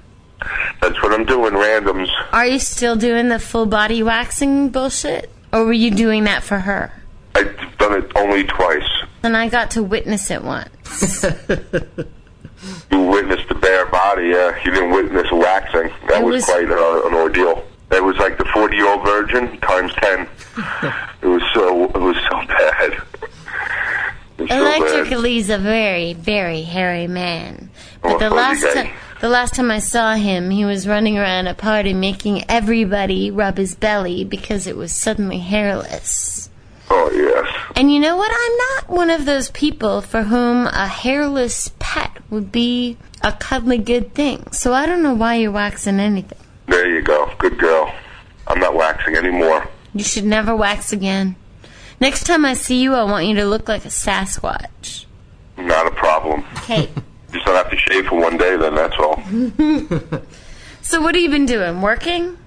A: That's what I'm doing, randoms.
C: Are you still doing the full body waxing bullshit? Or were you doing that for her?
A: I've done it only twice.
C: And I got to witness it once.
A: You witnessed the bare body, yeah. You didn't witness waxing. That
C: It
A: was,
C: was-
A: quite uh, an ordeal. That was like the 40 year old virgin times 10. it was so, it was so bad. It was so bad.
C: Electric Lee's a very, very hairy man. But
A: Oh,
C: the
A: fuzzy
C: last
A: guy.
C: time the last time I saw him, he was running around a party making everybody rub his belly because it was suddenly hairless.
A: Oh, yes.
C: And you know what? I'm not one of those people for whom a hairless pet would be a cuddly good thing. So I don't know why you're waxing anything.
A: There you go. Good girl. I'm not waxing anymore.
C: You should never wax again. Next time I see you, I want you to look like a Sasquatch.
A: Not a problem.
C: Okay.
A: Just don't have to shave for one day, then that's all.
C: Mm-hmm. so what have you been doing? Working?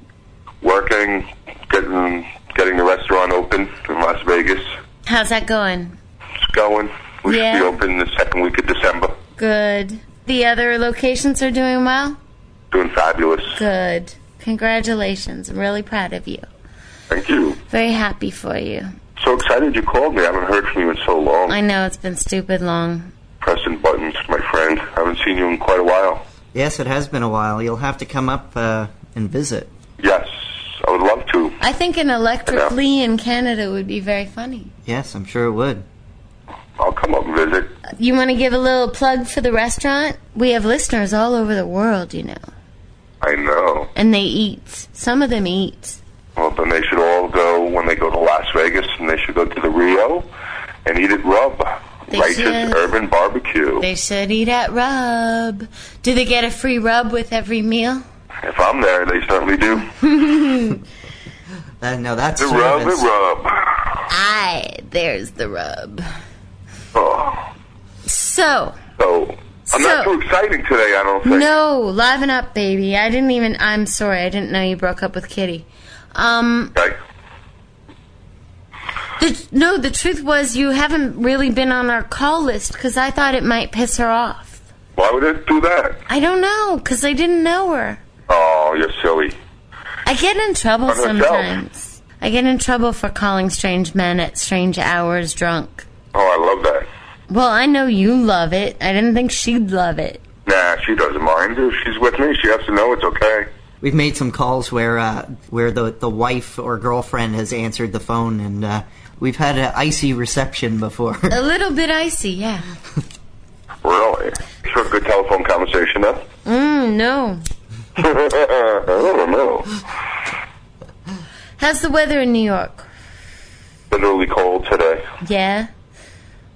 A: Working, getting getting the restaurant open in Las Vegas.
C: How's that going?
A: It's going. We
C: Yeah.
A: should be open the second week of December.
C: Good. The other locations are doing well?
A: Doing fabulous.
C: Good. Congratulations. I'm really proud of you.
A: Thank you.
C: Very happy for you.
A: So excited you called me. I haven't heard from you in so long.
C: I know it's been stupid long.
A: Pressing buttons, my friend. I haven't seen you in quite a while.
B: Yes, it has been a while. You'll have to come up uh, and visit.
A: Yes, I would love to.
C: I think an electric
A: Yeah.
C: Lee in Canada would be very funny.
B: Yes, I'm sure it would.
A: I'll come up and visit.
C: You want to give a little plug for the restaurant? We have listeners all over the world, you know.
A: I know.
C: And they eat. Some of them eat.
A: Well, then they should all go when they go to Las Vegas, and they should go to the Rio and eat at Rub.
C: They
A: Righteous
C: should.
A: Urban Barbecue.
C: They should eat at Rub. Do they get a free rub with every meal?
A: If I'm there, they certainly do.
B: That, Uh, no, that's
A: The rub, the rub.
C: Aye, there's the rub.
A: Oh,
C: So,
A: so I'm
C: So-
A: not too exciting today, I don't think.
C: No, liven up, baby. I didn't even. I'm sorry. I didn't know you broke up with Kitty. Um,
A: Okay.
C: the, no, the truth was you haven't really been on our call list because I thought it might piss her off.
A: Why would it do that?
C: I don't know because I didn't know her.
A: Oh, you're silly.
C: I get in trouble
A: By herself.
C: sometimes. I get in trouble for calling strange men at strange hours drunk.
A: Oh, I love that.
C: Well, I know you love it. I didn't think she'd love it.
A: Nah, she doesn't mind. If she's with me, she has to know it's okay.
B: We've made some calls where uh, where the the wife or girlfriend has answered the phone, and uh, we've had an icy reception before.
C: A little bit icy, yeah.
A: Really? Sure, good telephone conversation, huh?
C: Mm, no.
A: I don't know.
C: How's the weather in New York?
A: Literally cold today.
C: Yeah.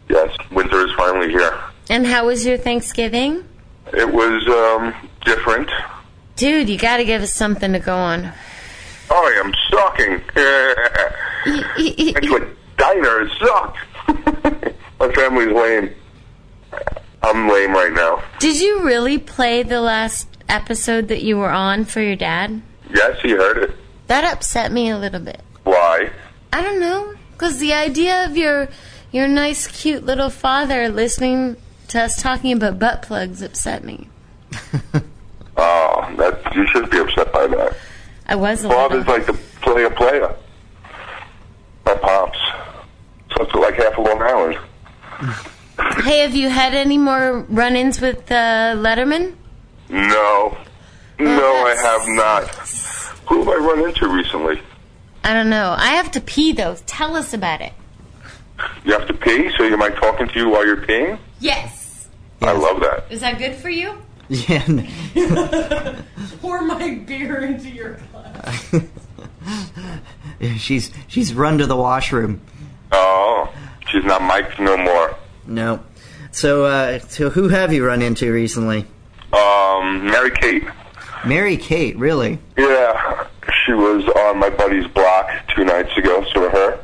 A: Yes, winter is finally here.
C: And how was your Thanksgiving?
A: It was um, different.
C: Dude, you gotta give us something to go on.
A: I am sucking. Went to a diner. It sucked. My family's lame. I'm lame right now.
C: Did you really play the last episode that you were on for your dad?
A: Yes, he heard it.
C: That upset me a little bit.
A: Why?
C: I don't know, cause the idea of your your nice, cute little father listening to us talking about butt plugs upset me.
A: Oh, that you should be upset by that.
C: I was a
A: Bob
C: little.
A: is like the player player. My pops slept for like half a long hour.
C: Hey, have you had any more run-ins with uh, Letterman?
A: No, no, I have not. Who have I run into recently?
C: I don't know. I have to pee though. Tell us about it.
A: You have to pee, so you might talking to you while you're peeing.
C: Yes.
A: I love that.
C: Is that good for you?
B: yeah, n-
F: Pour my beer into your glass.
B: she's she's run to the washroom.
A: Oh, she's not Mike no more.
B: No, so uh, so who have you run into recently?
A: Um, Mary Kate.
B: Mary Kate, really?
A: Yeah, she was on my buddy's block two nights ago. So her,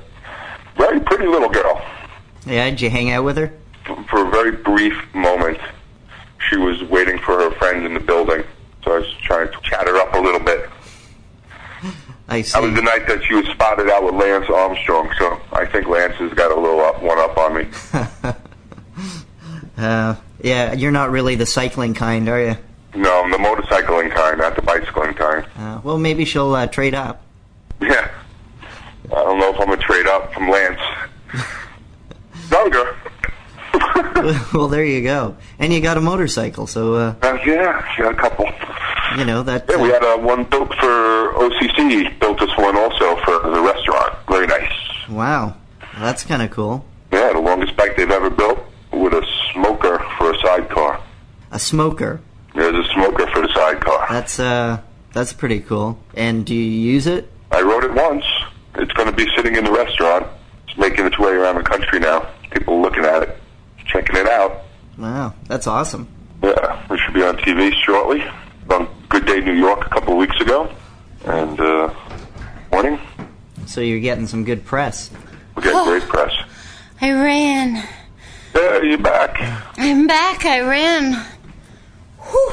A: very pretty little girl.
B: Yeah, did you hang out with her?
A: for a very brief moment, she was waiting for her friend in the building. So I was trying to chat her up a little bit.
B: I
A: That was
B: see.
A: the night that she was spotted out with Lance Armstrong. So I think Lance has got a little up, one up on me.
B: Uh, yeah, you're not really the cycling kind, are you?
A: No, I'm the motorcycling kind, not the bicycling kind.
B: Uh, well, maybe she'll uh, trade up.
A: Yeah. I don't know if I'm going to trade up from Lance. Younger.
B: well, there you go. And you got a motorcycle, so uh,
A: Uh, yeah, she had a couple.
B: you know that.
A: Yeah, we
B: uh,
A: had uh, one built for OCC, built this one also for the restaurant. Very nice.
B: uh, Wow, Well, that's kind of cool.
A: Yeah, the longest bike they've ever built with a smoker for a sidecar.
B: A smoker.
A: There's a smoker for the sidecar.
B: That's uh, that's pretty cool. And do you use it?
A: I rode it once. It's going to be sitting in the restaurant. It's making its way around the country now. People are looking at it, checking it out.
B: Wow, that's awesome.
A: Yeah, we should be on TV shortly. On Good Day New York a couple of weeks ago. And, uh, morning,
B: So you're getting some good press.
A: we get great press.
C: I ran.
A: Yeah, you're back.
C: I'm back. I ran.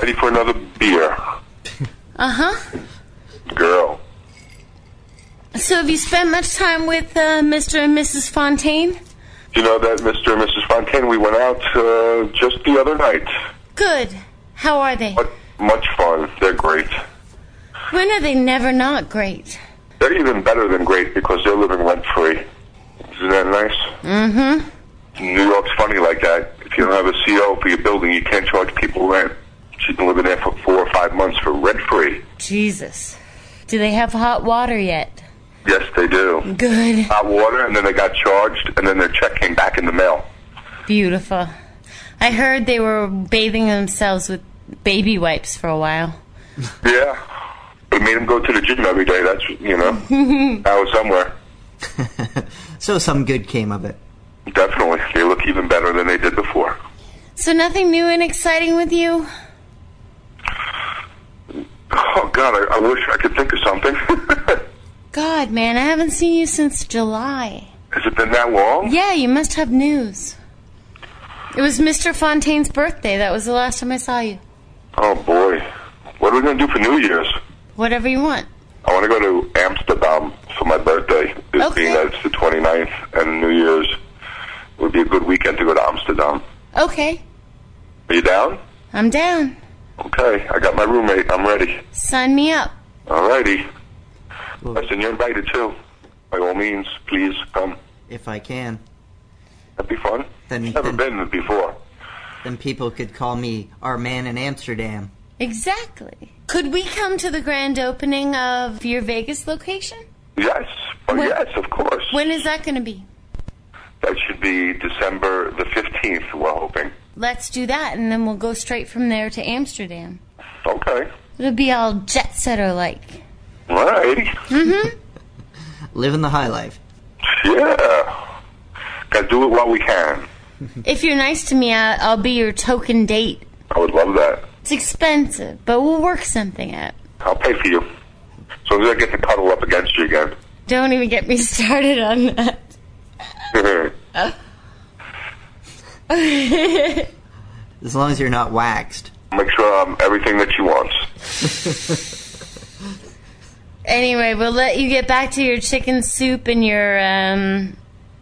A: Ready for another beer.
C: Uh huh.
A: Girl.
C: So have you spent much time with uh, Mr. and Mrs. Fontaine?
A: You know that Mr. and Mrs. Fontaine, we went out, uh, just the other night.
C: Good. How are they?
A: Much, much fun. They're great.
C: When are they never not great?
A: They're even better than great because they're living rent free. Isn't that nice? Mm-hmm. New York's funny like that. If you don't have a CO for your building, you can't charge people rent. She's been living there for four or five months for rent free.
C: Jesus. Do they have hot water yet?
A: Yes, they do.
C: Good.
A: Hot water, and then they got charged, and then their check came back in the mail.
C: Beautiful. I heard they were bathing themselves with baby wipes for a while.
A: Yeah. We made them go to the gym every day. That's, you know, I was somewhere.
B: so some good came of it.
A: Definitely. They look even better than they did before.
C: So nothing new and exciting with you?
A: Oh, God, I, I wish I could think of something.
C: God, man, I haven't seen you since July.
A: Has it been that long?
C: Yeah, you must have news. It was Mr. Fontaine's birthday. That was the last time I saw you.
A: Oh boy, what are we gonna do for New Year's?
C: Whatever you want.
A: I want to go to Amsterdam for my birthday. It
C: Okay.
A: Being that it's the 29th and New Year's would be a good weekend to go to Amsterdam.
C: Okay,
A: Are you down?
C: I'm down.
A: Okay, I got my roommate. I'm ready.
C: Sign me up.
A: Alrighty. Listen, you're invited too. By all means, please come.
B: if I can.
A: That'd be fun.
B: Then-
A: Never
B: then-
A: been before.
B: Then people could call me our man in Amsterdam.
C: Exactly. Could we come to the grand opening of your Vegas location?
A: Yes, oh,
C: When-
A: yes, of course.
C: When is that going to be?
A: that should be December the 15th, we're hoping.
C: Let's do that, and then we'll go straight from there to Amsterdam.
A: Okay.
C: It'll be all jet setter like.
A: Alrighty.
B: Living the high life.
A: Yeah. Gotta do it while we can.
C: If you're nice to me, I- I'll be your token date.
A: I would love that.
C: It's expensive, but we'll work something out.
A: I'll pay for you. As soon as I get to cuddle up against you again.
C: Don't even get me started on that.
B: As long as you're not waxed.
A: Make sure I'm everything that she wants.
C: Anyway, we'll let you get back to your chicken soup and your um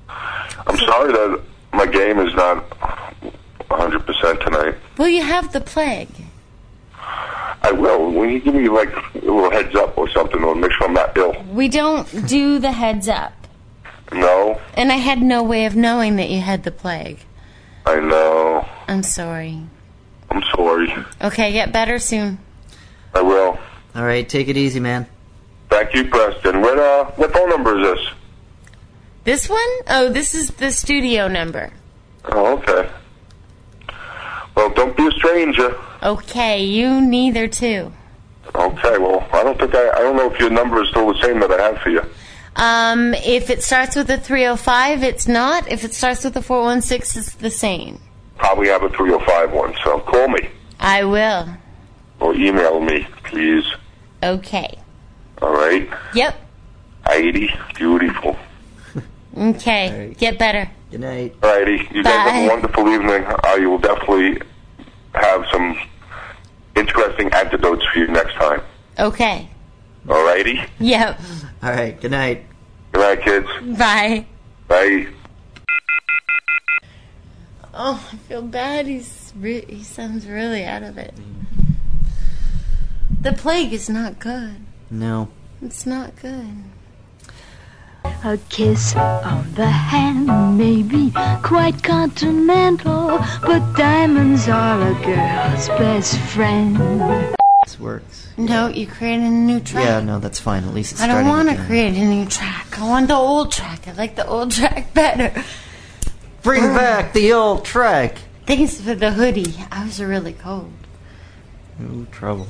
A: I'm sorry that my game is not 100% tonight.
C: well, you have the plague.
A: I will. Will you give me like a little heads up or something, or make sure I'm not ill?
C: We don't do the heads up.
A: No,
C: And I had no way of knowing that you had the plague.
A: I know.
C: I'm sorry.
A: I'm sorry.
C: Okay, get better soon.
A: I will.
B: All right, take it easy, man.
A: Thank you, Preston. What uh, what phone number is this?
C: This one? Oh, this is the studio number.
A: Oh, okay. Well, don't be a stranger.
C: Okay, you neither too.
A: Okay. Well, I don't think I. I don't know if your number is still the same that I have for you.
C: Um, if it starts with a 305, it's not. If it starts with a 416, it's the same.
A: Probably have a 305 one. So call me
C: I will.
A: or email me, please.
C: Okay.
A: All right.
C: Yep.
A: Heidi, beautiful.
C: Okay.
B: All right.
C: Get better.
B: Good night.
A: Alrighty, you guys have a
C: Bye.
A: wonderful evening. I will definitely have some interesting antidotes for you next time.
C: Okay.
A: Alrighty?
C: Yep.
B: All right, good night.
A: Good night, kids.
C: Bye.
A: Bye.
C: Oh, I feel bad. He's re- he sounds really out of it. The plague is not good.
B: No.
C: It's not good.
G: A kiss on the hand may be quite continental, but diamonds are a girl's best friend.
B: This works.
C: No, you created a new track.
B: Yeah, no, that's fine. At least it's
C: I don't
B: starting
C: want to
B: again.
C: create a new track. I want the old track. I like the old track better.
B: Bring back the old track.
C: Thanks for the hoodie. I was really cold.
B: Ooh, trouble.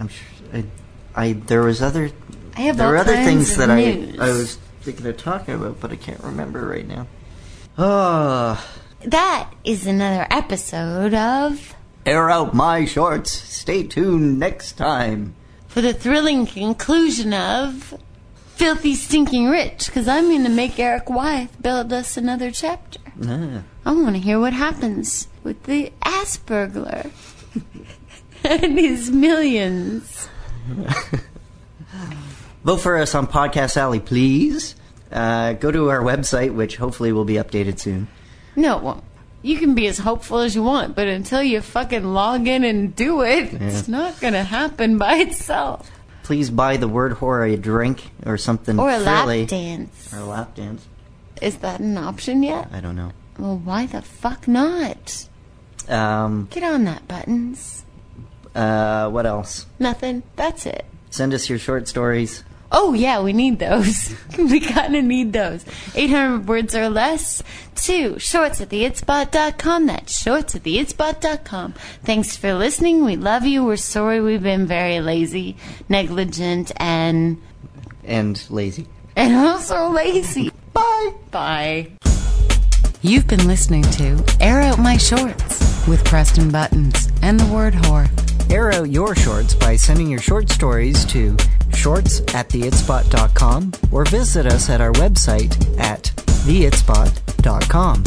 B: I'm sure. I, I there was other
C: I have
B: there
C: all
B: were other
C: kinds
B: things
C: of
B: that
C: news.
B: I I was thinking of talking about, but I can't remember right now. Ah,
C: That is another episode of
B: air out my shorts. Stay tuned next time.
C: for the thrilling conclusion of Filthy Stinking Rich because I'm going to make Eric Wyeth build us another chapter.
B: Ah,
C: I want to hear what happens with the Aspergler and his millions.
B: vote for us on Podcast Alley, please. Uh, go to our website, which hopefully will be updated soon.
C: No, it won't. You can be as hopeful as you want, but until you fucking log in and do it, it's not going to happen by itself.
B: Please buy the word horror a drink or something
C: Or a
B: frilly.
C: lap dance. Uh,
B: Or a lap dance.
C: Is that an option yet?
B: I don't know.
C: Well, why the fuck not?
B: Um,
C: Get on that, buttons.
B: uh, what else?
C: Nothing. That's it.
B: Send us your short stories.
C: Oh, yeah, we need those. we kind of need those. 800 words or less to shorts at the itspot.com. That's shorts at the itspot.com. Thanks for listening. We love you. We're sorry we've been very lazy, negligent, and,
B: And lazy.
C: and also lazy.
B: Bye.
C: Bye. You've been listening to Air Out My Shorts with Preston Buttons and the word whore.
B: Air out your shorts by sending your short stories to shorts at theitspot.com or visit us at our website at theitspot.com.